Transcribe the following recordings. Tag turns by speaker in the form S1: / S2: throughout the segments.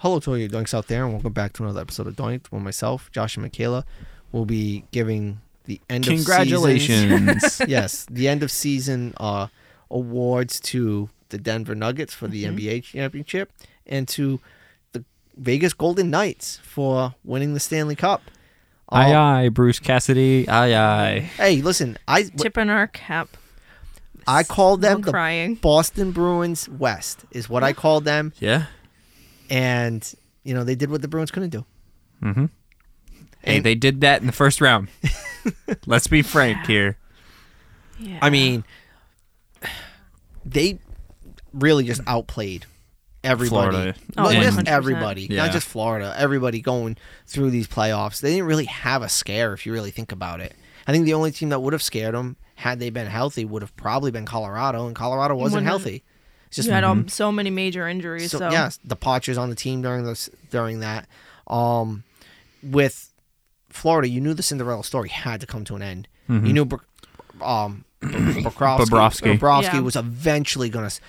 S1: Hello to all you Doinks out there, and welcome back to another episode of Doinked. Well, myself, Josh, and Michaela will be giving the end of
S2: Congratulations.
S1: season, yes, the end of season uh, awards to the Denver Nuggets for the NBA championship and to the Vegas Golden Knights for winning the Stanley Cup. Uh,
S2: aye aye, Bruce Cassidy. Aye aye.
S1: hey, listen, I
S3: tipping our cap.
S1: I called them
S3: I'm
S1: the
S3: crying.
S1: Boston Bruins West is what I called them,
S2: Yeah.
S1: and you know they did what the Bruins couldn't do.
S2: Hey,
S1: And-
S2: they did that in the first round. Let's be frank here.
S3: Yeah.
S1: I mean, they really just outplayed everybody.
S2: Florida.
S3: Oh,
S1: Not
S2: And-
S1: just
S3: 100%.
S1: everybody,
S2: Yeah.
S1: not just Florida. Everybody going through these playoffs. They didn't really have a scare if you really think about it. I think the only team that would have scared them had they been healthy would have probably been Colorado, and Colorado wasn't
S3: Wouldn't have-
S1: healthy. It's just
S3: you had um, so many major injuries. So,
S1: Mm-hmm. so, yes, the Potchers on the team during this during that. Um, with Florida, you knew the Cinderella story had to come to an end. You knew, Br- um, B- Bobrovsky,
S2: Bobrovsky.
S1: Bobrovsky
S3: Yeah.
S1: was eventually gonna, s-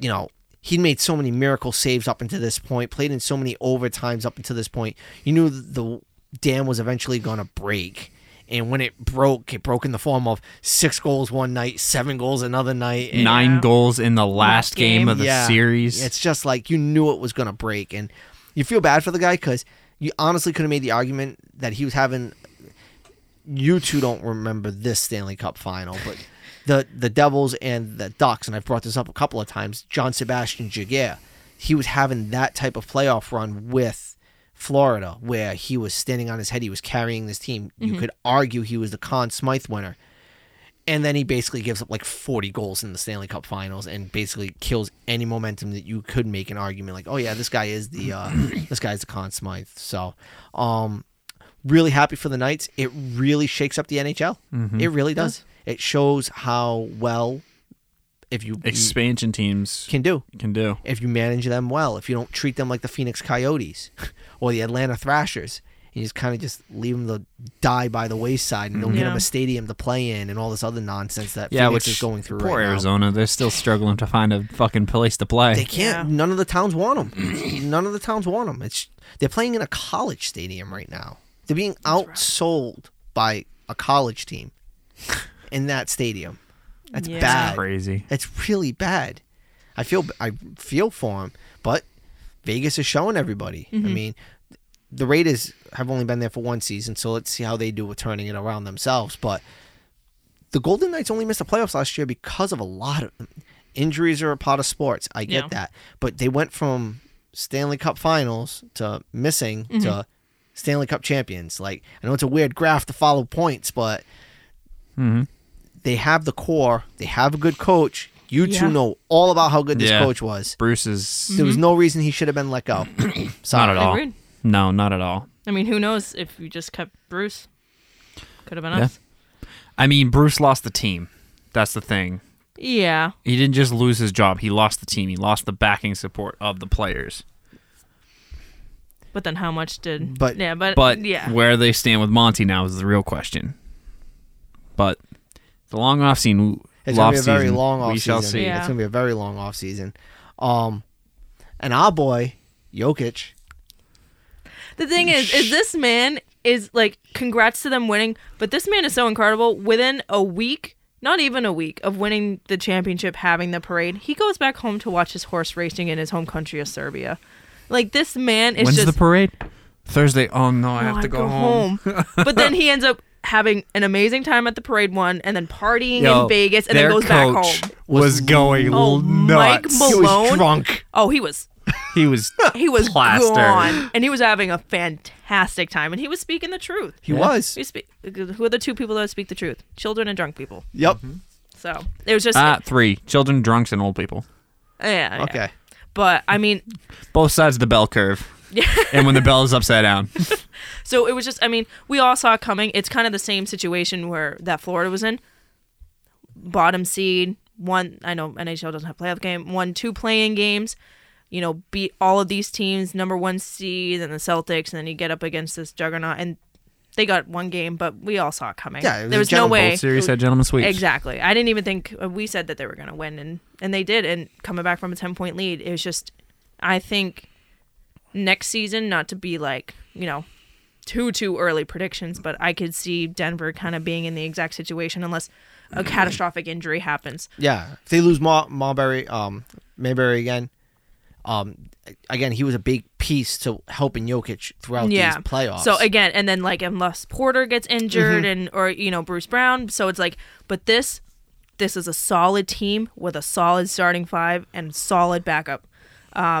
S1: you know, he'd made so many miracle saves up until this point, played in so many overtimes up until this point. You knew the dam was eventually gonna break. And when it broke, it broke in the form of six goals one night, seven goals another night, and
S2: Nine goals in the last game
S3: game.
S2: of the series.
S1: it's just like you knew it was going to break, and you feel bad for the guy because you honestly could have made the argument that he was having. You two don't remember this Stanley Cup final, but the the Devils and the Ducks, and I've brought this up a couple of times. John Sebastian Jaguar, he was having that type of playoff run with Florida, where he was standing on his head, he was carrying this team. You could argue he was the Conn Smythe winner and then he basically gives up like 40 goals in the Stanley Cup Finals and basically kills any momentum that you could make an argument like, oh yeah, this guy is the uh, this guy's the Conn Smythe. So, um, really happy for the Knights. It really shakes up the NHL. It really does. It shows how well if you
S2: Expansion teams
S1: can do
S2: can do.
S1: if you manage them well, if you don't treat them like the Phoenix Coyotes or the Atlanta Thrashers, and you just kind of just leave them to die by the wayside and don't get them
S3: Yeah.
S1: a stadium to play in and all this other nonsense that
S2: Yeah,
S1: Phoenix
S2: which
S1: is going through
S2: poor
S1: right now.
S2: Arizona. They're still struggling to find a fucking place to play.
S1: They can't.
S3: Yeah.
S1: None of the towns want them. none of the towns want them. It's they're playing in a college stadium right now. They're being outsold by a college team in that stadium. That's
S3: Yeah.
S1: bad.
S2: Crazy.
S1: It's really bad. I feel I feel for him, but Vegas is showing everybody. I mean, the Raiders have only been there for one season, so let's see how they do with turning it around themselves. But the Golden Knights only missed the playoffs last year because of a lot of injuries are a part of sports. I get
S3: Yeah.
S1: that, but they went from Stanley Cup Finals to missing to Stanley Cup champions. Like I know it's a weird graph to follow points, but they have the core. They have a good coach. You two
S3: Yeah. Mm-hmm.
S1: know all about how good this
S2: Yeah.
S1: coach was.
S2: Bruce is
S1: There was no reason he should have been let go.
S2: not at
S1: Sorry.
S2: all.
S3: Agreed.
S2: No, not at all.
S3: I mean, who knows if you just kept Bruce? Could have been
S2: Yeah.
S3: us.
S2: I mean, Bruce lost the team. That's the thing.
S3: Yeah.
S2: He didn't just lose his job. He lost the team. He lost the backing support of the players.
S3: But then how much did.
S1: But-
S3: Yeah, but.
S2: But
S3: Uh, yeah.
S2: where they stand with Monty now is the real question. But the long off scene.
S1: It's gonna be a
S2: offseason,
S1: very long offseason.
S2: We shall see.
S3: Yeah.
S1: It's gonna be a very long offseason. Um, and our boy Jokic.
S3: The thing is, is this man is like, congrats to them winning, but this man is so incredible. Within a week, not even a week of winning the championship, having the parade, he goes back home to watch his horse racing in his home country of Serbia. Like this man is
S2: When's
S3: just
S2: the parade? Thursday. Oh no, I have
S3: "Oh,
S2: to
S3: I'd
S2: go, home.
S3: but then he ends up having an amazing time at the parade one, and then partying
S2: Yo,
S3: in Vegas, and then
S2: their
S3: goes back
S2: coach
S3: home.
S2: Was going
S3: Oh, Mike
S2: nuts.
S3: Malone.
S1: He was drunk.
S3: Oh, he was
S2: he was
S3: he was
S2: plastered.
S3: gone, and he was having a fantastic time, and he was speaking the truth.
S1: He was.
S3: We speak, who are the two people that speak the truth? Children and drunk people.
S1: Yep.
S2: Mm-hmm.
S3: So it was just
S2: Ah, three children, drunks, and old people.
S3: yeah, yeah.
S1: Okay.
S3: But I mean,
S2: Both sides of the bell curve. and when the bell is upside down.
S3: So it was just, I mean, we all saw it coming. It's kind of the same situation where that Florida was in. Bottom seed, one, I know NHL doesn't have playoff game, won two playing games, you know, beat all of these teams, number one seed, and the Celtics, and then you get up against this juggernaut, and they got one game, but we all saw it coming.
S1: Yeah, it was
S3: there
S1: a
S3: was no
S1: gentleman
S3: way.
S2: Both series had gentlemen sweeps.
S3: Exactly. I didn't even think uh, we said that they were going to win, and and they did. And coming back from a ten point lead, it was just, I think, next season, not to be like, you know, too too early predictions, but I could see Denver kind of being in the exact situation unless a catastrophic injury happens.
S1: Yeah, if they lose Ma- Marbury, um, Mayberry again, um, again he was a big piece to helping Jokic throughout
S3: yeah.
S1: these playoffs. Mm-hmm.
S3: So again, and then like unless Porter gets injured and or you know Bruce Brown, so it's like, but this this is a solid team with a solid starting five and solid backup. Um,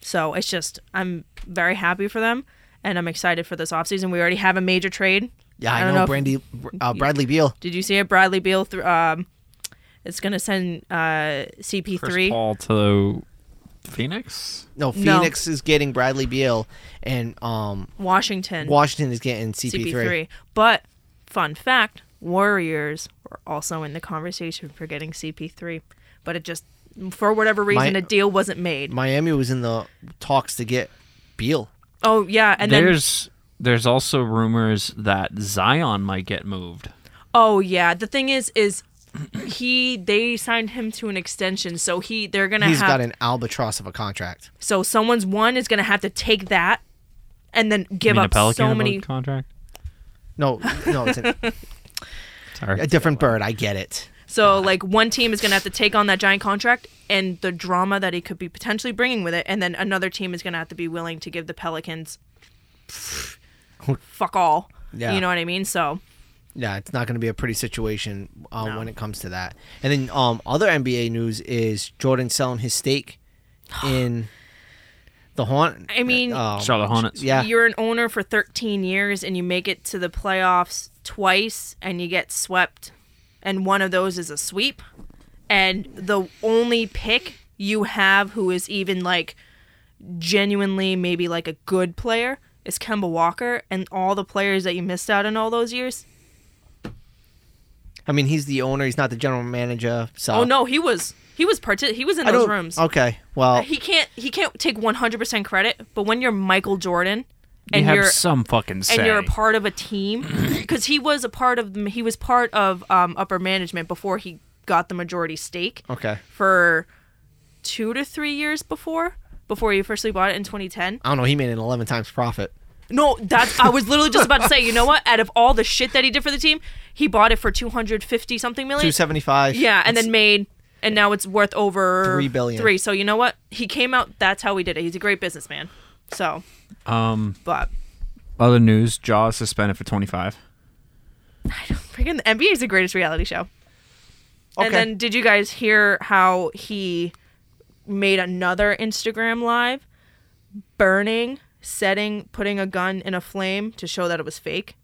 S3: so it's just I'm very happy for them and I'm excited for this offseason. We already have a major trade.
S1: yeah, I,
S3: don't
S1: know,
S3: if-
S1: Brandy, uh, Bradley Beal.
S3: Did you see it? Bradley Beal. Th- um, it's gonna send uh, CP
S2: Chris
S3: three.
S2: Paul to Phoenix.
S1: No,
S3: No.
S1: Phoenix is getting Bradley Beal, and um,
S3: Washington
S1: Washington is getting CP3.
S3: CP3. But fun fact, Warriors were also in the conversation for getting CP3, but it just for whatever reason
S1: My-
S3: a deal wasn't made.
S1: Miami was in the talks to get Beal.
S3: oh yeah, and then
S2: there's there's also rumors that Zion might get moved.
S3: oh yeah, the thing is is he they signed him to an extension, so he they're gonna
S1: He's
S3: have
S1: got an albatross of a contract.
S3: so someone's one is gonna have to take that and then give
S2: you mean a
S3: up
S2: Pelican
S3: so
S2: have a
S3: many.
S2: contract.
S1: No, no, it's an,
S2: Sorry.
S1: a different bird. I get it.
S3: So like one team is going to have to take on that giant contract and the drama that he could be potentially bringing with it, and then another team is going to have to be willing to give the Pelicans fuck all.
S1: Yeah.
S3: You know what I mean? So
S1: Yeah, it's not going to be a pretty situation uh,
S3: No.
S1: when it comes to that. And then um, other NBA news is Jordan selling his stake in the haunt.
S3: I mean,
S1: um,
S2: Charlotte Hornets.
S1: Yeah,
S3: you're an owner for 13 years and you make it to the playoffs twice and you get swept, and one of those is a sweep, and the only pick you have who is even like genuinely maybe like a good player is Kemba Walker, and all the players that you missed out on all those years.
S1: I mean he's the owner. He's not the general manager. So
S3: oh no, he was he was part he was in
S1: Uh, I
S3: those
S1: don't.
S3: rooms. Uh,
S1: Okay, well,
S3: He can't he can't take 100% credit, but when you're Michael Jordan
S2: You
S3: and
S2: have
S3: you're
S2: some fucking say.
S3: and you're a part of a team because he was a part of he was part of um, upper management before he got the majority stake
S1: okay.
S3: for two to three years before before he officially bought it in 2010
S1: I don't know. He made an eleven times profit.
S3: no that's i was literally just about to say you know what out of all the shit that he did for the team he bought it for 250 something million
S1: Two seventy five.
S3: yeah and then made and now it's worth over
S1: Three billion.
S3: three so you know what he came out that's how he did it he's a great businessman so
S2: um,
S3: but
S2: other news: Jaws suspended for 25.
S3: Freaking the NBA is the greatest reality show.
S1: Okay.
S3: And then did you guys hear how he made another Instagram live burning, setting, putting a gun in a flame to show that it was fake?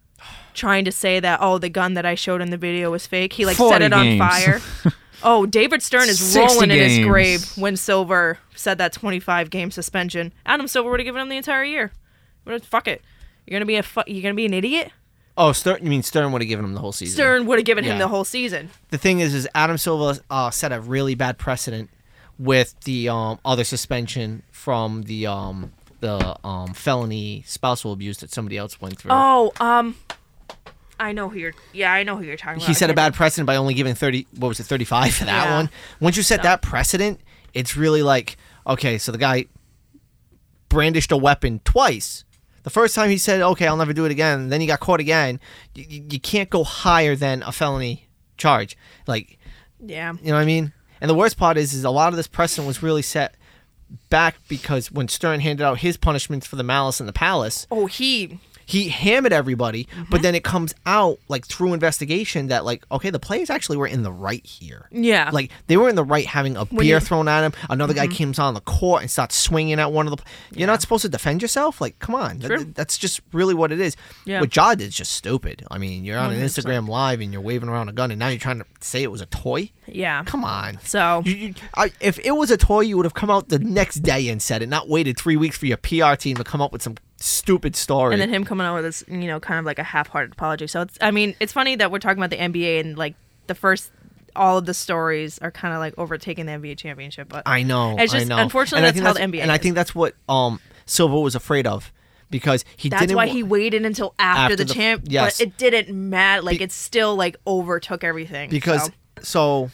S3: Trying to say that oh the gun that I showed in the video was fake. He like set
S2: 40
S3: it on
S2: games.
S3: fire. oh, David Stern is
S2: 60
S3: rolling in his
S2: games.
S3: grave when Silver said that 25 game suspension. Adam Silver would have given him the entire year. Would've- Fuck it. You're gonna be a fu- you're gonna be an idiot.
S1: Oh, Stern. You mean Stern would have given him the whole season?
S3: Stern would have given
S1: Yeah.
S3: him the whole season.
S1: The thing is, is Adam Silva uh, set a really bad precedent with the um, other suspension from the um, the um, felony spousal abuse that somebody else went through.
S3: Oh, um, I know who you're. Yeah, I know who you're talking about.
S1: he
S3: I
S1: set a
S3: can't-
S1: bad precedent by only giving 30 what was it 35 for that
S3: Yeah.
S1: one once you set that precedent it's really like okay so the guy brandished a weapon twice the first time he said okay i'll never do it again then he got caught again you, you can't go higher than a felony charge like
S3: Yeah,
S1: you know what i mean and the worst part is is a lot of this precedent was really set back because when stern handed out his punishments for the malice in the palace
S3: Oh, he.
S1: he hammered everybody,
S3: Mm-hmm.
S1: but then it comes out like through investigation that like okay, the players actually were in the right here.
S3: Yeah.
S1: Like they were in the right having a beer
S3: you- Mm-hmm.
S1: thrown at him. Another guy comes on the court and starts swinging at one of the. pl- You're not supposed to defend yourself. Like come on, Th-
S3: True.
S1: th- that's just really what it is.
S3: Yeah.
S1: What Ja did is just stupid. I mean, you're on an Instagram live and you're waving around a gun, and now you're trying to say it was a toy.
S3: Yeah.
S1: Come on.
S3: So-
S1: You- you- I, if it was a toy, you would have come out the next day and said it, not waited three weeks for your PR team to come up with some stupid story.
S3: And then him coming out with this, you know, kind of like a half-hearted apology. So it's. I mean, it's funny that we're talking about the NBA and like the first. All of the stories are kind of like overtaking the NBA championship, but
S1: I know.
S3: It's just
S1: I know.
S3: unfortunately
S1: And I
S3: that's
S1: think
S3: how the NBA.
S1: And I
S3: is.
S1: think that's what um Silva was afraid of because he
S3: that's
S1: didn't.
S3: why
S1: wa-
S3: he waited until after,
S1: After
S3: the
S1: the-
S3: champ.
S1: yes.
S3: but it didn't matter. Like
S1: Be-
S3: Oh. it still like overtook everything
S1: because
S3: so.
S1: so.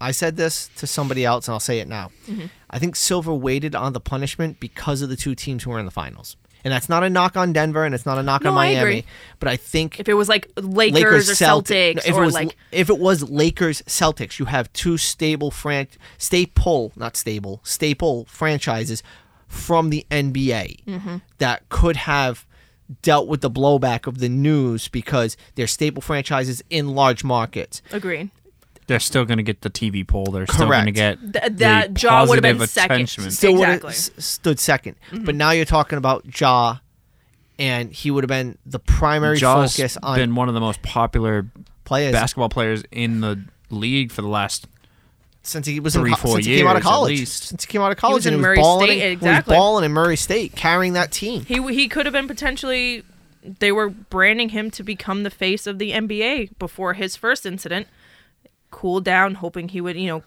S1: I said this to somebody else, and I'll say it now.
S3: Mm-hmm.
S1: I think Silver waited on the punishment because of the two teams who were in the finals, and that's not a knock on Denver, and it's not a knock on
S3: No, I
S1: Miami.
S3: agree.
S1: But I think
S3: If it was like Lakers,
S1: Lakers,
S3: or
S1: Celtic-
S3: Celtics,
S1: no, if
S3: or
S1: it was,
S3: like
S1: if it was Lakers Celtics, you have two stable fran- staple not stable staple franchises from the NBA
S3: Mm-hmm.
S1: that could have dealt with the blowback of the news because they're staple franchises in large markets.
S3: agreed.
S2: They're still going to get the TV poll. They're still going to
S1: Correct.
S2: get
S3: Th-
S2: the
S3: that Jaw would have been
S2: positive
S3: second.
S2: attention.
S1: Still would
S3: exactly. Mm-hmm.
S1: have stood 2nd but now you're talking about Ja, and he would have been the primary
S2: Jaw's
S1: focus on
S2: been one of the most popular
S1: players
S2: basketball players in the league for the last.
S1: since he was
S2: three,
S1: in, co-
S2: four
S1: since he came out of
S2: years, at
S1: college.
S2: least.
S1: Since he came out of college,
S3: was in
S1: and he was
S3: Murray
S1: balling,
S3: State,
S1: in- he
S3: exactly.
S1: was balling in Murray State, carrying that team.
S3: He w- he could have been potentially. They were branding him to become the face of the NBA before his first incident. Cool down, hoping he would you know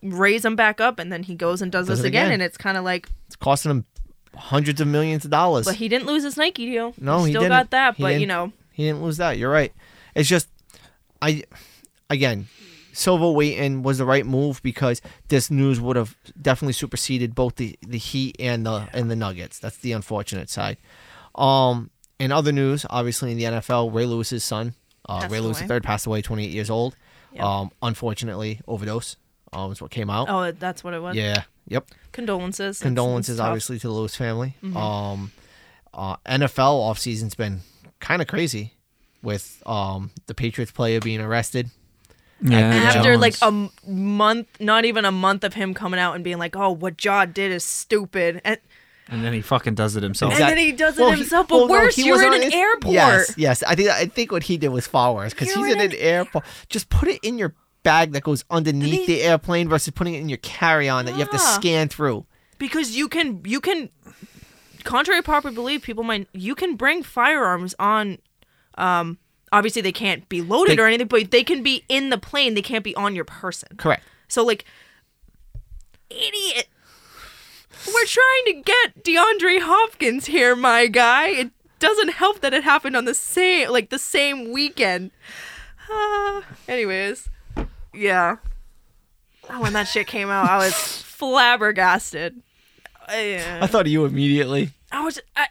S3: raise him back up, and then he goes and does,
S1: Does
S3: this
S1: it
S3: again,
S1: again.
S3: and it's kind of like.
S1: It's costing him hundreds of millions of dollars.
S3: But he didn't lose his Nike deal.
S1: no, he
S3: still
S1: didn't.
S3: got that.
S1: He
S3: but you
S1: didn't-
S3: know,
S1: he didn't lose that. You're right. It's just, I, again, Silva waiting was the right move because this news would have definitely superseded both the the Heat and the and the Nuggets. That's the unfortunate side. Um, in other news, obviously in the NFL, Ray Lewis's son, uh,
S3: Passed
S1: Ray Lewis
S3: away.
S1: III, passed away, 28 years old.
S3: Yep.
S1: Um, unfortunately, overdose. Um, is what came out.
S3: oh, that's what it was.
S1: Yeah. Yep.
S3: Condolences. It's-
S1: Condolences,
S3: it's tough. Mm-hmm.
S1: obviously, to the Lewis family. Um, uh, NFL offseason's been kind of crazy with um, the Patriots player being arrested.
S3: After
S2: Jones.
S3: like a m- month, not even a month of him coming out and being like, "Oh, what Jaw did is stupid," and
S2: and then he fucking does it himself.
S3: Exactly. And then he does it himself, but worse,
S1: he
S3: you're
S1: was
S3: in
S1: on
S3: an
S1: Inst-
S3: airport.
S1: Yes, yes. I think I think what he did was far worse because
S3: You're
S1: he's in
S3: in
S1: an
S3: an
S1: airport. Just put it in your bag that goes underneath
S3: They-
S1: the airplane versus putting it in your carry-on that you have to
S3: Yeah.
S1: scan through.
S3: because you can you can contrary to popular belief people might you can bring firearms on um obviously they can't be loaded
S1: They-
S3: or anything but they can be in the plane they can't be on your person
S1: Correct.
S3: so like idiot we're trying to get DeAndre Hopkins here my guy it doesn't help that it happened on the same like the same weekend Ah, anyways yeah Oh, when that shit came out I was Uh, flabbergasted
S1: I thought of you immediately.
S3: I was, I,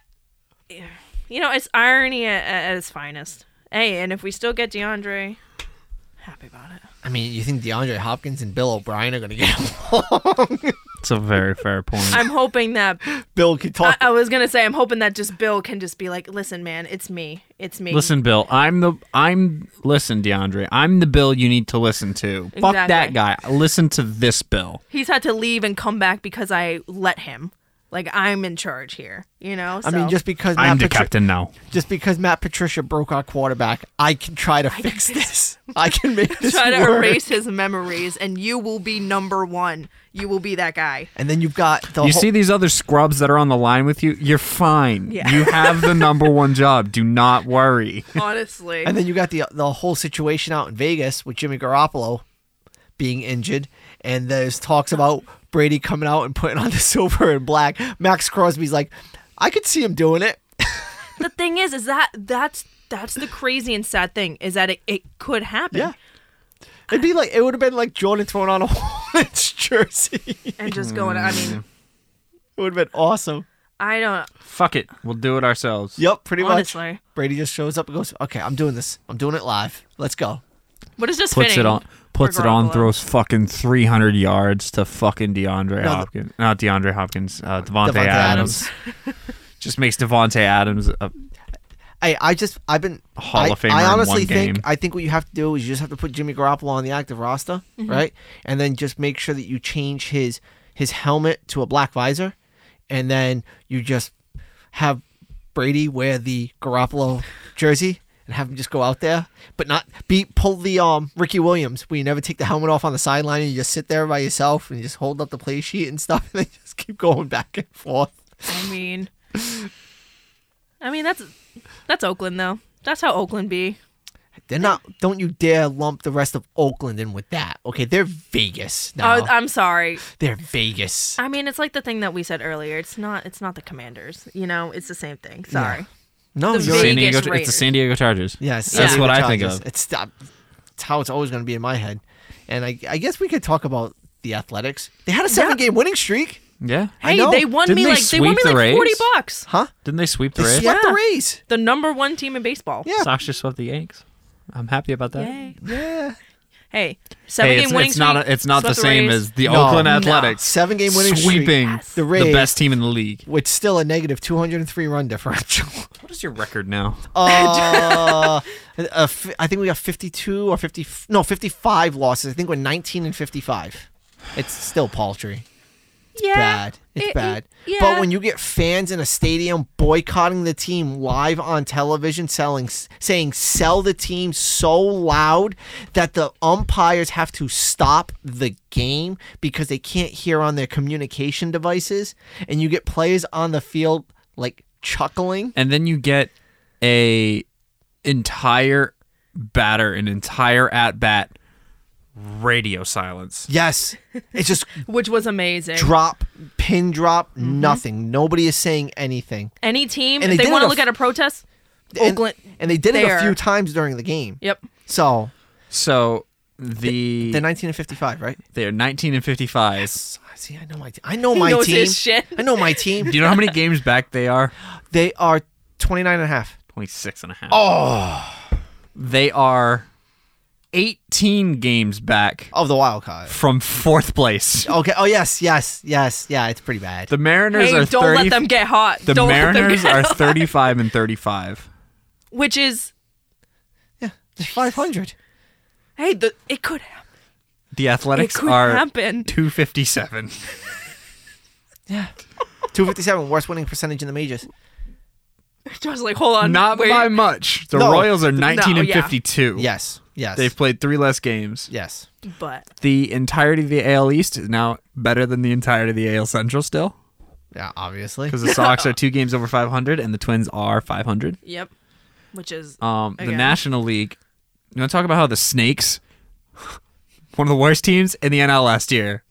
S3: you know, it's irony at, at its finest. Hey, and if we still get DeAndre, happy about it.
S1: I mean, you think DeAndre Hopkins and Bill O'Brien are going to get along?
S2: It's a very fair point.
S3: I'm hoping that
S1: Bill could
S3: I,
S1: talk.
S3: I was gonna say I'm hoping that just Bill can just be like, listen, man, it's me, it's me.
S2: Listen, Bill, I'm the I'm listen, DeAndre. I'm the Bill you need to listen to. Fuck that
S3: Exactly.
S2: guy. Listen to this Bill.
S3: he's had to leave and come back because I let him. Like I'm in charge here, you know.
S1: I mean,
S3: So,
S1: just because
S2: I'm
S1: Matt
S2: the
S1: Patri-
S2: captain now.
S1: just because Matt Patricia broke our quarterback, I can try to fix this. I can make this
S3: try to
S1: work.
S3: erase his memories, and you will be number one. You will be that guy.
S1: And then you've got the
S2: You
S1: whole,
S2: see these other scrubs that are on the line with you? You're fine.
S3: Yeah.
S2: You have the number one job. Do not worry.
S3: Honestly,
S1: and then you got the the whole situation out in Vegas with Jimmy Garoppolo being injured, and there's talks about Brady coming out and putting on the silver and black. Max Crosby's like, I could see him doing it.
S3: the thing is, is that that's that's the crazy and sad thing is that it, it could happen.
S1: Yeah. It'd be like it would have been like Jordan throwing on a Hornets jersey. it
S3: and just going. I
S2: Mm.
S3: mean,
S1: would have been awesome.
S3: I don't.
S2: Fuck it. We'll do it ourselves.
S1: Yep, pretty much.
S3: Honestly.
S1: Brady just shows up and goes, "Okay, I'm doing this. I'm doing it live. Let's go."
S3: What is this?
S2: Puts it on puts it on,
S3: Garoppolo.
S2: throws fucking three hundred yards to fucking DeAndre
S1: No, the-
S2: Hopkins. Not DeAndre Hopkins, uh, Devontae,
S1: Devontae
S2: Adams.
S1: Adams.
S2: Just makes Devontae Adams a
S1: I, I just I've been
S2: Hall
S1: I,
S2: of Famer
S1: I
S2: in
S1: honestly
S2: one
S1: think
S2: game.
S1: I think what you have to do is you just have to put Jimmy Garoppolo on the active roster, right? And then just make sure that you change his his helmet to a black visor, and then you just have Brady wear the Garoppolo jersey and have him just go out there, but not be pull the um Ricky Williams where you never take the helmet off on the sideline and you just sit there by yourself and you just hold up the play sheet and stuff, and they just keep going back and forth.
S3: I mean, I mean that's that's Oakland though. That's how Oakland be.
S1: They're not. Don't you dare lump the rest of Oakland in with that. Okay, they're Vegas now.
S3: Oh, I'm sorry.
S1: they're Vegas.
S3: I mean, it's like the thing that we said earlier. It's not. It's not the Commanders. You know, it's the same thing. Sorry.
S1: no,
S3: the
S1: you're
S3: Vegas
S2: San Diego, it's the
S3: Raiders.
S2: San Diego Chargers.
S1: yes.
S2: That's
S1: San
S2: what
S1: Diego
S2: I think
S1: Chargers.
S2: of.
S1: It's uh, That's how it's always going to be in my head. And I, I guess we could talk about the Athletics. They had a seven-game winning streak,
S2: Yeah.
S1: I
S3: Hey,
S1: know.
S3: they won
S2: Didn't
S3: me
S2: they
S3: like they won me
S2: sweep the
S3: like forty
S2: Rays?
S3: bucks.
S1: huh?
S2: Didn't they sweep the
S1: They
S2: Rays?
S1: swept
S3: Yeah.
S1: the Rays.
S3: The number one team in baseball.
S1: Yeah.
S2: Sox just swept the Yanks. I'm happy about that.
S3: Yay.
S1: Yeah,
S3: Hey, seven
S2: Hey,
S3: game
S2: it's,
S3: winning
S2: it's not
S3: streak,
S2: a- it's not the
S3: swept
S2: same
S3: Rays.
S2: as the
S1: No.
S2: Oakland
S1: No.
S2: Athletics
S1: seven-game winning streak
S2: sweeping
S1: The
S2: the,
S1: Rays.
S2: best team in the league.
S1: with still a negative 203 run differential.
S2: What is your record now?
S1: Oh. uh, uh, fi- I think we got 52 or 50, no, 55 losses. I think we're 19 and 55. It's still paltry.
S3: yeah,
S1: bad. It's
S3: it- it-
S1: bad.
S3: yeah.
S1: But when you get fans in a stadium boycotting the team live on television, selling, saying "sell the team" so loud that the umpires have to stop the game because they can't hear on their communication devices, and you get players on the field like chuckling.
S2: And then you get a entire batter, an entire at bat radio silence.
S1: Yes, it's just
S3: which was amazing.
S1: drop, pin drop,
S3: Mm-hmm.
S1: nothing. Nobody is saying anything.
S3: Any team,
S1: And
S3: if
S1: they
S3: they,
S1: did
S3: want
S1: it a
S3: to look
S1: f-
S3: at a protest,
S1: And-
S3: Oakland.
S1: and, they did it a
S3: there.
S1: few times during the game.
S3: Yep.
S1: So
S2: So the,
S1: they're 19 and 55, right?
S2: they're 19 and 55.
S1: See, I know my team. I know
S3: He
S1: my
S3: knows
S1: team.
S3: his shit.
S1: I know my team.
S2: Do you know how many games back they are?
S1: They are 29 and a half.
S2: 26 and a half. Oh. They are 18 games back
S1: Of the wild card.
S2: from fourth place.
S1: Okay. Oh, yes, yes, yes. Yeah, it's pretty bad.
S2: The Mariners
S3: Hey,
S2: are
S3: don't
S2: 30
S3: let them get hot.
S2: The
S3: don't
S2: Mariners
S3: let them
S2: are
S3: get hot.
S2: 35 and 35.
S3: Which is
S1: yeah, it's 500.
S3: hey, the, it could happen.
S2: The Athletics
S3: It could
S2: are
S3: happen.
S2: 257.
S1: 257, worst winning percentage in the majors.
S3: Just like hold on,
S2: Not
S3: wait.
S2: by much. The
S1: No.
S2: Royals are 19
S3: No,
S2: and
S3: yeah.
S2: 52.
S1: Yes, yes.
S2: They've played three less games.
S1: yes.
S3: but
S2: The entirety of the AL East is now better than the entirety of the AL Central still
S1: Yeah, obviously.
S2: because the Sox are two games over 500 and the Twins are 500.
S3: yep, which is
S2: Um, the
S3: Again.
S2: National League. You want to talk about how the Snakes, one of the worst teams in the NL last year,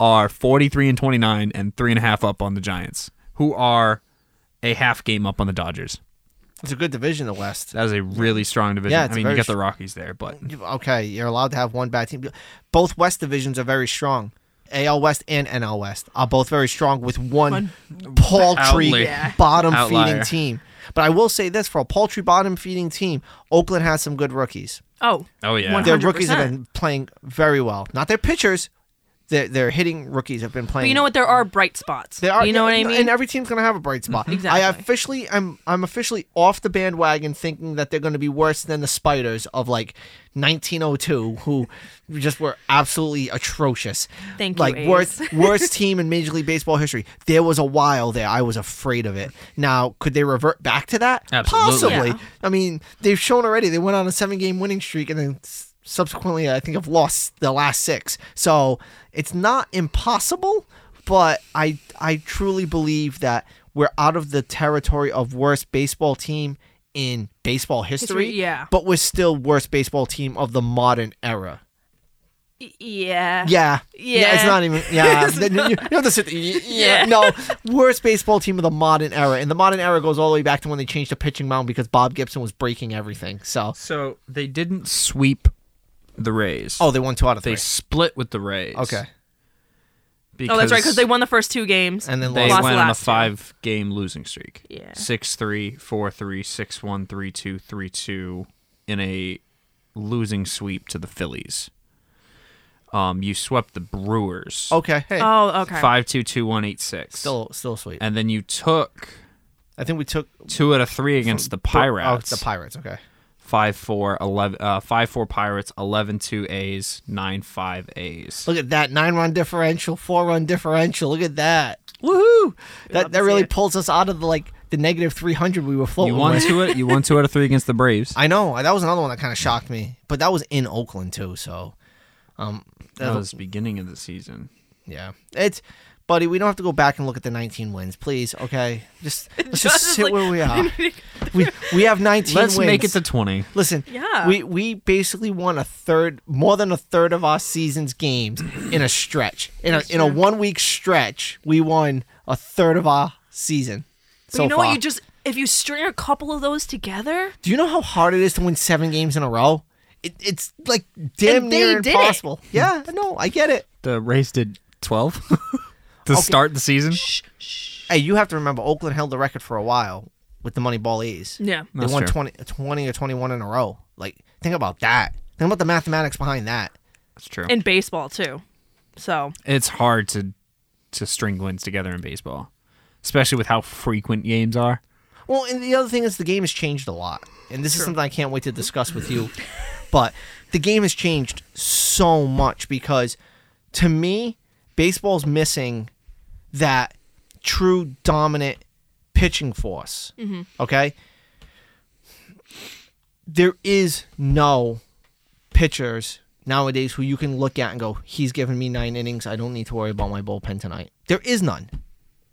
S2: are 43 and 29 and three and a half up on the Giants, who are a half game up on the Dodgers.
S1: It's a good division, the West.
S2: That is a really strong division.
S1: Yeah, it's
S2: I mean,
S1: very
S2: you got
S1: str-
S2: the Rockies there, but
S1: Okay, you're allowed to have one bad team. Both West divisions are very strong. AL West and NL West are both very strong with one paltry
S2: Outlier.
S3: Yeah.
S1: bottom feeding
S2: Outlier.
S1: team. But I will say this for a paltry bottom feeding team, Oakland has some good rookies.
S3: oh
S2: Oh, yeah.
S1: their
S3: 100%.
S1: rookies have been playing very well. Not their pitchers, their their hitting rookies have been playing.
S3: But you know what? There are bright spots.
S1: They are,
S3: you know what I
S1: and-
S3: mean?
S1: And every team's gonna have a bright spot.
S3: Exactly.
S1: I officially, I'm, I'm officially off the bandwagon, thinking that they're gonna be worse than the spiders of like 1902, who just were absolutely atrocious.
S3: Thank you,
S1: like
S3: Ace.
S1: worst, worst team in Major League Baseball history. There was a while there I was afraid of it. Now, could they revert back to that?
S2: Absolutely.
S1: Possibly.
S3: Yeah.
S1: I mean, they've shown already they went on a seven game winning streak and then s- subsequently, I think, have lost the last six. So it's not impossible, but I, I truly believe that we're out of the territory of worst baseball team in baseball history.
S3: History, yeah.
S1: But we're still worst baseball team of the modern era.
S3: yeah.
S1: Yeah. It's
S3: Yeah.
S1: not even. Yeah. Then you, you have to sit there, y- Yeah.
S3: Yeah.
S1: No. Worst baseball team of the modern era. And the modern era goes all the way back to when they changed the pitching mound because Bob Gibson was breaking everything. So.
S2: so they didn't sweep the Rays.
S1: Oh, they won two out of
S2: they
S1: three.
S2: split with the Rays.
S1: Okay.
S3: Oh, that's right, because they won the first two games
S1: And then
S2: they
S1: lost
S3: lost
S2: went
S3: the
S2: on a
S3: last two.
S2: five game losing streak.
S3: Yeah.
S2: Six three, four three, six one, three two, three two in a losing sweep to the Phillies. Um you swept the Brewers.
S1: Okay. Hey.
S3: Oh, okay.
S2: Five two two one eight six.
S1: still, still sweet.
S2: and then you took
S1: I think we took
S2: two out of three against the Pirates.
S1: Oh, the Pirates. Okay.
S2: five four eleven uh five four Pirates, eleven two A's, nine five A's.
S1: Look at that nine run differential, four run differential. Look at that. Woohoo! That
S3: to
S1: that
S3: see
S1: really
S3: it.
S1: pulls us out of the like the negative three hundred we were
S2: You
S1: floating.
S2: won
S1: with.
S2: two out, you won two out of three against the Braves.
S1: I know that was another one that kind of shocked me, but that was in Oakland too. So, um,
S2: That was beginning of the season.
S1: Yeah, it's buddy. We don't have to go back and look at the 19 wins, please. Okay, just let's just
S3: Josh is
S1: sit
S3: like-
S1: where we are. we we have 19
S2: Let's
S1: wins.
S2: make it to twenty.
S1: Listen,
S3: Yeah.
S1: we we basically won a third, more than a third of our season's games in a stretch. In a in a one week stretch, we won a third of our season.
S3: But
S1: so
S3: you know
S1: far.
S3: what? You just if you string a couple of those together,
S1: Do you know how hard it is to win seven games in a row? It, it's like damn
S3: And they
S1: near
S3: did it.
S1: impossible. Yeah, no, I get it.
S2: The Rays did 12 to start the season.
S1: Hey, you have to remember Oakland held the record for a while with the Moneyball A's.
S3: Yeah.
S1: They
S2: That's
S1: won
S2: true.
S1: 20, 20 or 21 in a row. Like, think about that. Think about the mathematics behind that.
S2: That's true.
S3: In baseball too. So
S2: it's hard to to string wins together in baseball, especially with how frequent games are.
S1: Well, and the other thing is the game has changed a lot. And this is something I can't wait to discuss with you. but the game has changed so much because to me, baseball's missing that true dominant pitching force. Okay? There is no pitchers nowadays who you can look at and go, he's given me nine innings. I don't need to worry about my bullpen tonight. There is none.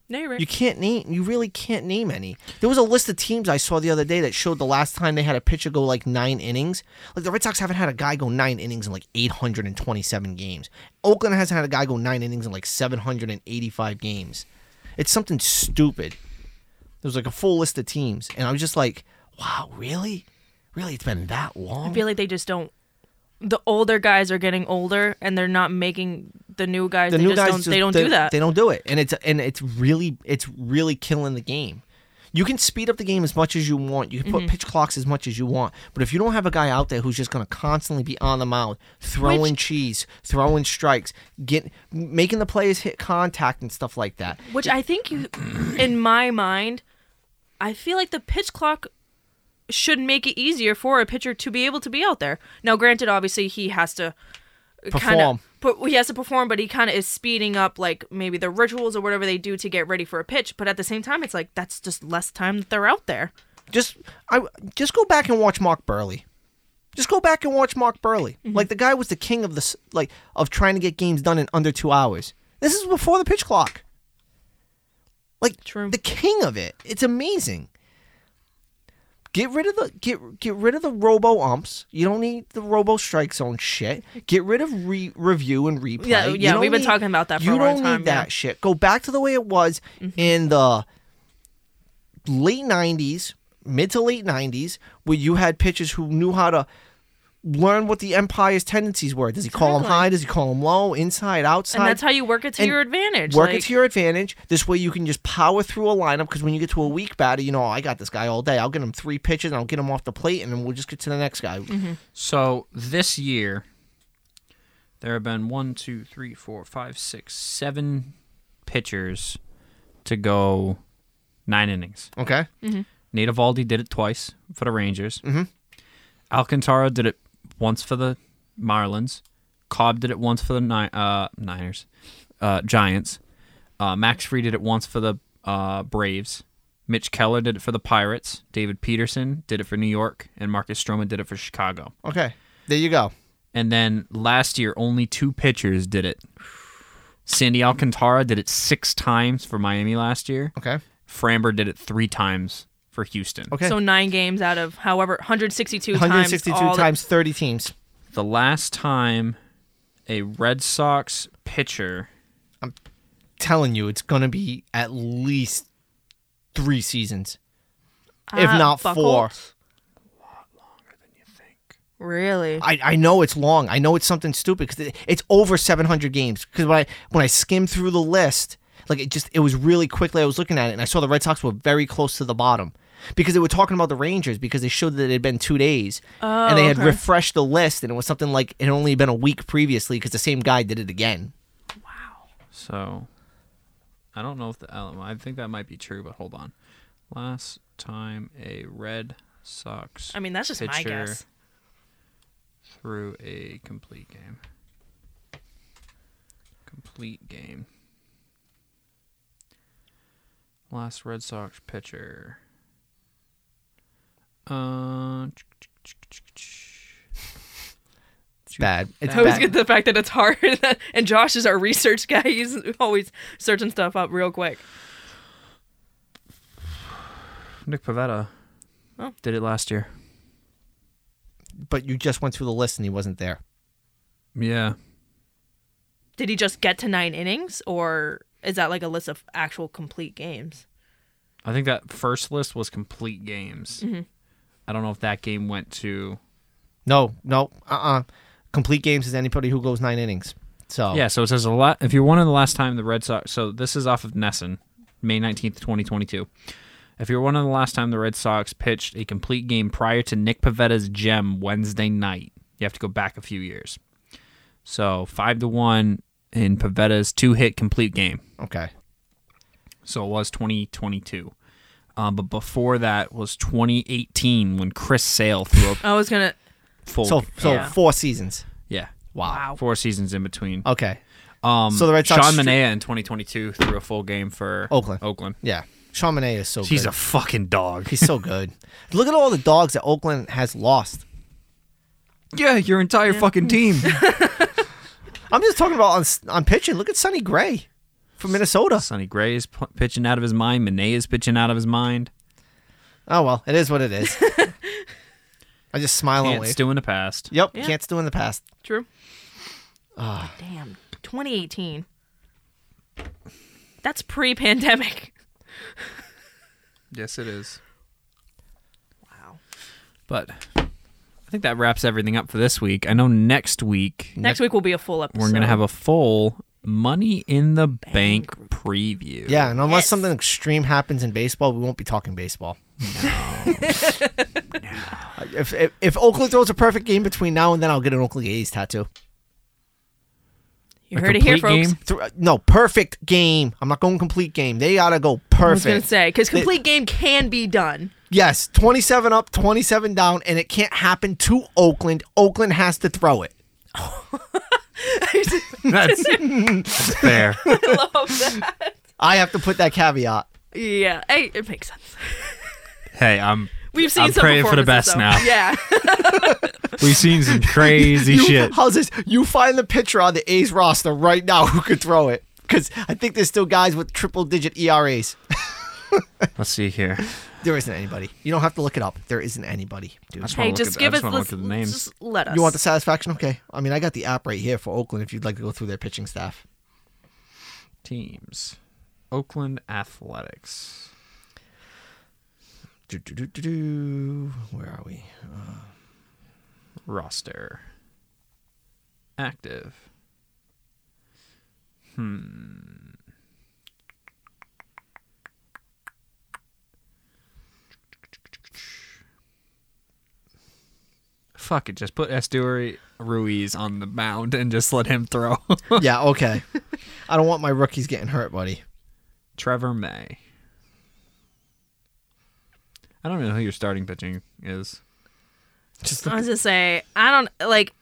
S3: no, you're right.
S1: You can't name. You really can't name any. There was a list of teams I saw the other day that showed the last time they had a pitcher go like nine innings. Like the Red Sox haven't had a guy go nine innings in like 827 games. Oakland hasn't had a guy go nine innings in like 785 games. It's something stupid. There was like a full list of teams, and I was just like, "Wow, really? Really? It's been that long?"
S3: I feel like they just don't. The older guys are getting older, and they're not making the new guys.
S1: the
S3: they
S1: new
S3: just
S1: guys
S3: don't,
S1: just-
S3: they don't do that.
S1: They don't do it, and it's and it's really it's really killing the game. You can speed up the game as much as you want. You can
S3: Mm-hmm.
S1: put pitch clocks as much as you want, but if you don't have a guy out there who's just going to constantly be on the mound, throwing cheese, throwing strikes, get making the players hit contact and stuff like that.
S3: Which I think, you, in my mind, I feel like the pitch clock should make it easier for a pitcher to be able to be out there. Now, granted, obviously he has to
S1: Perform.
S3: Kinda, but he has to perform, but he kind of is speeding up, like maybe the rituals or whatever they do to get ready for a pitch. But at the same time, it's like that's just less time that they're out there.
S1: Just I just go back and watch Mark Burley. Just go back and watch Mark Burley.
S3: Mm-hmm.
S1: Like the guy was the king of the s- like of trying to get games done in under 2 hours. This is before the pitch clock. Like
S3: True.
S1: the king of it. It's amazing. Get rid of the get get rid of the robo umps. You don't need the robo strike zone shit. Get rid of re- review and replay.
S3: Yeah,
S1: You
S3: yeah,
S1: don't
S3: we've been
S1: need-
S3: talking about that for
S1: you
S3: a long
S1: don't
S3: time,
S1: need that
S3: yeah. Mm-hmm.
S1: shit. Go back to the way it was in the late '90s, mid to late '90s, where you had pitchers who knew how to learn what the umpire's tendencies were. Does he call them
S3: Exactly.
S1: high? Does he call them low? Inside, outside?
S3: And that's how you work it to
S1: and
S3: your advantage.
S1: Work
S3: like,
S1: it to your advantage. This way you can just power through a lineup because when you get to a weak batter, you know, "Oh, I got this guy all day. I'll get him three pitches and I'll get him off the plate and then we'll just get to the next guy.
S3: Mm-hmm.
S2: So this year, there have been one, two, three, four, five, six, seven pitchers to go nine innings.
S1: Okay?
S3: Mm-hmm.
S2: Nate Evaldi did it twice for the Rangers. Mm-hmm. Alcantara did it once for the Marlins. Cobb did it once for the Ni- uh, Niners, uh, Giants. Uh, Max Free did it once for the uh, Braves. Mitch Keller did it for the Pirates. David Peterson did it for New York, and Marcus Stroman did it for Chicago.
S1: Okay. There you go.
S2: And then last year, only two pitchers did it. Sandy Alcantara did it six times for Miami last year.
S1: Okay.
S2: Framber did it three times for Houston.
S1: Okay.
S3: So nine games out of however 162,
S1: 162
S3: times. all
S1: times,
S3: the-
S1: 30 teams.
S2: The last time a Red Sox pitcher,
S1: Telling you, it's going to be at least three seasons, if
S3: Ah,
S1: not four.
S3: Buckholz? Really?
S1: I, I know it's long. I know it's something stupid because it, it's over 700 games. Because when I when I skimmed through the list, like it just it was really quickly. I was looking at it and I saw the Red Sox were very close to the bottom because they were talking about the Rangers because they showed that it had been two days and they had
S3: Oh, okay.
S1: refreshed the list and it was something like it had only been a week previously because the same guy did it again.
S2: so I don't know if the Alamo. I think that might be true, but hold on. Last time a Red Sox
S3: I mean, that's just my
S2: Pitcher.
S3: guess.
S2: through a complete game. Complete game. Last Red Sox pitcher. Uh,
S1: It's bad. It's
S3: I always
S1: bad.
S3: get the fact that it's hard. and Josh is our research guy. He's always searching stuff up real quick.
S2: Nick Pavetta
S3: Oh.
S2: did it last year.
S1: But you just went through the list and he wasn't there.
S2: Yeah.
S3: Did he just get to nine innings, or is that like a list of actual complete games?
S2: I think that first list was complete games. I don't know if that game went to
S1: No, no, uh, uh Complete games is anybody who goes nine innings. So
S2: Yeah, so it says a lot. If you're one of the last time the Red Sox, so this is off of Nesson, May 19th, 2022. If you're one of the last time the Red Sox pitched a complete game prior to Nick Pavetta's gem Wednesday night, you have to go back a few years. So five to one in Pavetta's two hit complete game.
S1: okay,
S2: So it was 2022. Um, but before that was 2018 when Chris Sale threw a
S3: I was gonna.
S2: full.
S1: so so
S3: Yeah.
S1: four seasons.
S2: yeah,
S1: Wow.
S2: four seasons in between.
S1: Okay.
S2: Um,
S1: So the Red Sox
S2: Sean
S1: str-
S2: Manea in 2022 threw a full game for
S1: Oakland.
S2: Oakland.
S1: Yeah. Chaminade is so.
S2: He's
S1: good.
S2: a fucking dog.
S1: He's so good. Look at all the dogs that Oakland has lost.
S2: Yeah, your entire fucking team.
S1: I'm just talking about on on pitching. Look at Sonny Gray from Minnesota.
S2: Sonny Gray is p- pitching out of his mind. Manea is pitching out of his mind.
S1: Oh well, it is what it is. I just smile and
S2: Can't
S1: wave.
S2: still in the past.
S1: Oh, Yep,
S3: Yeah.
S1: can't do in the past.
S3: True. Ah. Damn. 2018. That's pre-pandemic.
S2: Yes, it is.
S3: Wow.
S2: But I think that wraps everything up for this week. I know next week
S3: Next week will be a full episode.
S2: we're gonna have a full Money in the Bank preview.
S1: Yeah, and unless
S3: Yes.
S1: something extreme happens in baseball, we won't be talking baseball. Uh, if, if if Oakland throws a perfect game between now and then, I'll get an Oakland A's tattoo.
S3: You
S2: A
S3: heard it here,
S2: complete
S3: folks.
S2: game?
S1: Th- uh, no, perfect game. I'm not going complete game. They gotta go
S3: I was gonna
S1: perfect.
S3: say because complete game can be done.
S1: Yes, 27 up, 27 down, and it can't happen to Oakland. Oakland has to throw it.
S2: That's, that's fair.
S3: I love that.
S1: I have to put that caveat.
S3: Yeah. Hey, it makes sense.
S2: Hey, I'm.
S3: We've seen
S2: I'm
S3: some
S2: praying for the
S3: performances,
S2: best
S3: though.
S2: now.
S3: Yeah.
S2: We've seen some crazy
S1: You-
S2: shit.
S1: How's this? You find the pitcher on the A's roster right now who could throw it. Because I think there's still guys with E triple digit ERAs.
S2: Let's see here.
S1: There isn't anybody. You don't have to look it up. There isn't anybody, dude.
S2: That's
S3: hey, just give us. Let's,
S2: the
S3: let's
S2: names.
S3: just let us.
S1: You want the satisfaction? Okay. I mean, I got the app right here for Oakland if you'd like to go through their pitching staff.
S2: teams. Oakland Athletics.
S1: Do, do, do, do, do. Where are we?
S2: roster active. Hmm. Fuck it, just put Estuary Ruiz on the mound and just let him throw.
S1: yeah, okay. I don't want my rookies getting hurt, buddy.
S2: Trevor May. I don't know who your starting pitching is.
S1: Just
S2: Uh,
S3: I
S1: look,
S3: was gonna say I don't like.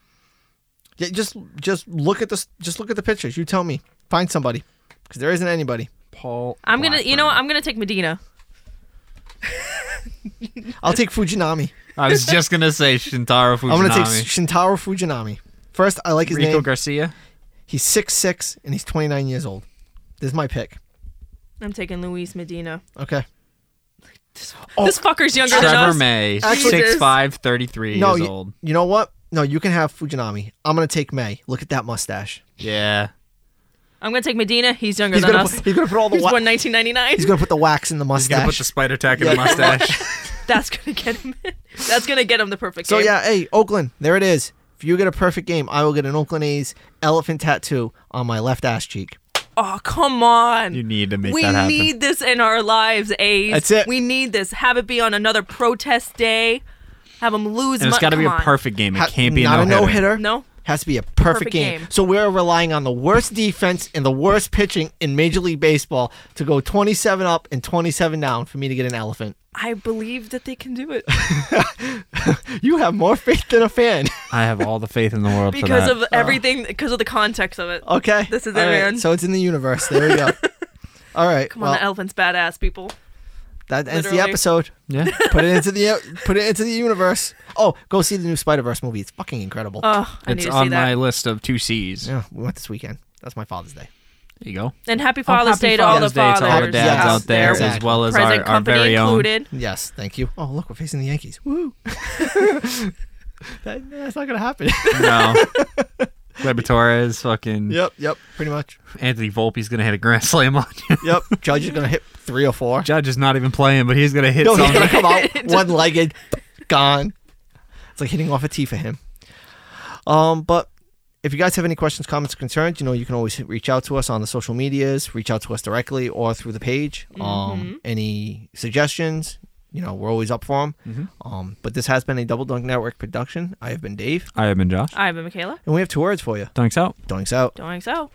S1: yeah, just just look at this. Just look at the pictures. You tell me. Find somebody, because there isn't anybody.
S2: Paul.
S3: I'm gonna. You know what?
S2: Blackburn.
S3: I'm gonna take Medina.
S1: I'll take Fujinami.
S2: I was just gonna say Shintaro Fujinami.
S1: I'm gonna take Shintaro Fujinami. First, I like his
S2: Rico
S1: name.
S2: Garcia.
S1: he's six six and he's 29 years old. This is my pick.
S3: I'm taking Luis Medina.
S1: Okay.
S3: This fucker's younger than
S2: Oh, Trevor
S3: us.
S2: May,
S3: Actually-
S2: six five, thirty three
S1: no,
S2: years
S1: you,
S2: old.
S1: you know what? No, you can have Fujinami. I'm gonna take May. Look at that mustache.
S2: Yeah.
S3: I'm gonna take Medina. He's younger
S1: He's
S3: than
S1: gonna,
S3: us.
S1: put, he's gonna put all the
S3: He's
S1: wa-
S3: born 1999.
S1: he's gonna put the wax in the
S2: He's going to put
S1: mustache.
S2: the spider tack in the mustache.
S3: That's gonna get him. In. That's gonna get him the perfect.
S1: so
S3: game.
S1: yeah, hey Oakland, there it is. If you get a perfect game, I will get an Oakland A's elephant tattoo on my left ass cheek.
S3: Oh come on.
S2: you need to make
S3: we
S2: that happen.
S3: need this in our lives, A's.
S1: That's it.
S3: We need this. Have it be on another protest day. Have them lose.
S2: and it's
S3: mon-
S2: got to be a
S3: come on.
S2: perfect game. It
S1: Ha-
S2: can't be
S1: not
S2: a no hitter.
S1: hitter.
S3: No.
S1: Has to be a perfect,
S3: Perfect
S1: game.
S3: game.
S1: So we're relying on the worst defense and the worst pitching in Major League Baseball to go 27 up and 27 down for me to get an elephant.
S3: I believe that they can do it
S1: You have more faith than a fan.
S2: I have all the faith in the world for
S3: because
S2: that. Uh. Oh,
S3: of everything, because of the context of it.
S1: Okay.
S3: This is it,
S1: All right,
S3: man.
S1: So it's in the universe. There we go. All right.
S3: Come
S1: well,
S3: on, the elephant's badass, people.
S1: that ends the
S3: literally.
S1: episode.
S2: yeah.
S1: Put it into the put it into the universe. Oh, go see the new Spider Verse movie. It's fucking incredible.
S3: Oh, I
S2: It's
S3: need to
S2: on
S3: see that.
S2: my list of two C's.
S1: yeah, we went this weekend. That's my Father's Day.
S2: There you go.
S3: And happy Father's
S2: Oh, Happy
S3: Day to all the
S2: Father's Day
S3: fathers
S2: to all the dads
S1: Yes,
S2: out there,
S1: exactly.
S2: as well as
S3: Present
S2: our, our
S3: company
S2: very own.
S3: included.
S1: Yes, thank you. Oh, look, we're facing the Yankees. Woo. that, that's not gonna happen.
S2: No. Weber Torres, fucking
S1: yep, yep, pretty much.
S2: Anthony Volpe's going to hit a grand slam on you.
S1: Yep, Judge is gonna hit three or four.
S2: Judge is not even playing, but he's going to hit
S1: No, he's
S2: something.
S1: gonna come out one legged, gone. It's like hitting off a tee for him. Um, but if you guys have any questions, comments, or concerns, you know, you can always reach out to us on the social medias, reach out to us directly or through the page. Um, any suggestions, you know, we're always up for them. Um, but this has been a Double Dunk Network production. I have been Dave,
S2: I have been Josh.
S3: I've been Michaela.
S1: and we have two words for you.
S2: Thanks out.
S1: Dunks out.
S3: Doing so.